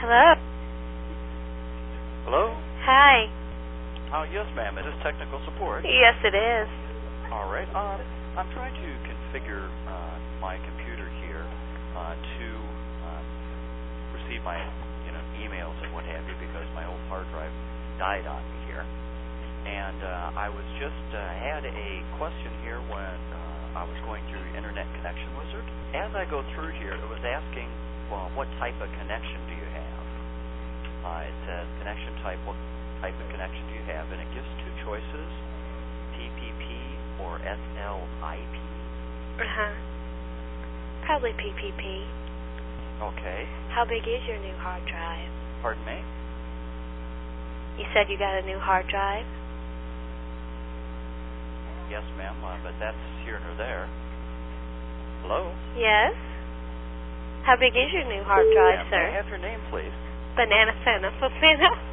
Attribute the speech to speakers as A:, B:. A: Hello.
B: Hello?
A: Hi.
B: Uh, yes, ma'am. It is technical support.
A: Yes, it is.
B: All right. Um, I'm trying to configure uh, my computer here uh, to um, receive my, you know, emails and what have you because my old hard drive died on me here. And uh, I was just uh, had a question here when uh, I was going through Internet Connection Wizard. As I go through here, it was asking, well, what type of connection do you have? Uh, it says connection type. What type of connection do you have? And it gives two choices: TPP or SLIP.
A: Uh huh. Probably PPP.
B: Okay.
A: How big is your new hard drive?
B: Pardon me.
A: You said you got a new hard drive.
B: Yes, ma'am. Uh, but that's here nor there. Hello.
A: Yes. How big is your new hard drive,
B: Ma'am,
A: sir?
B: May I have your name, please?
A: Banana Fana Fafana.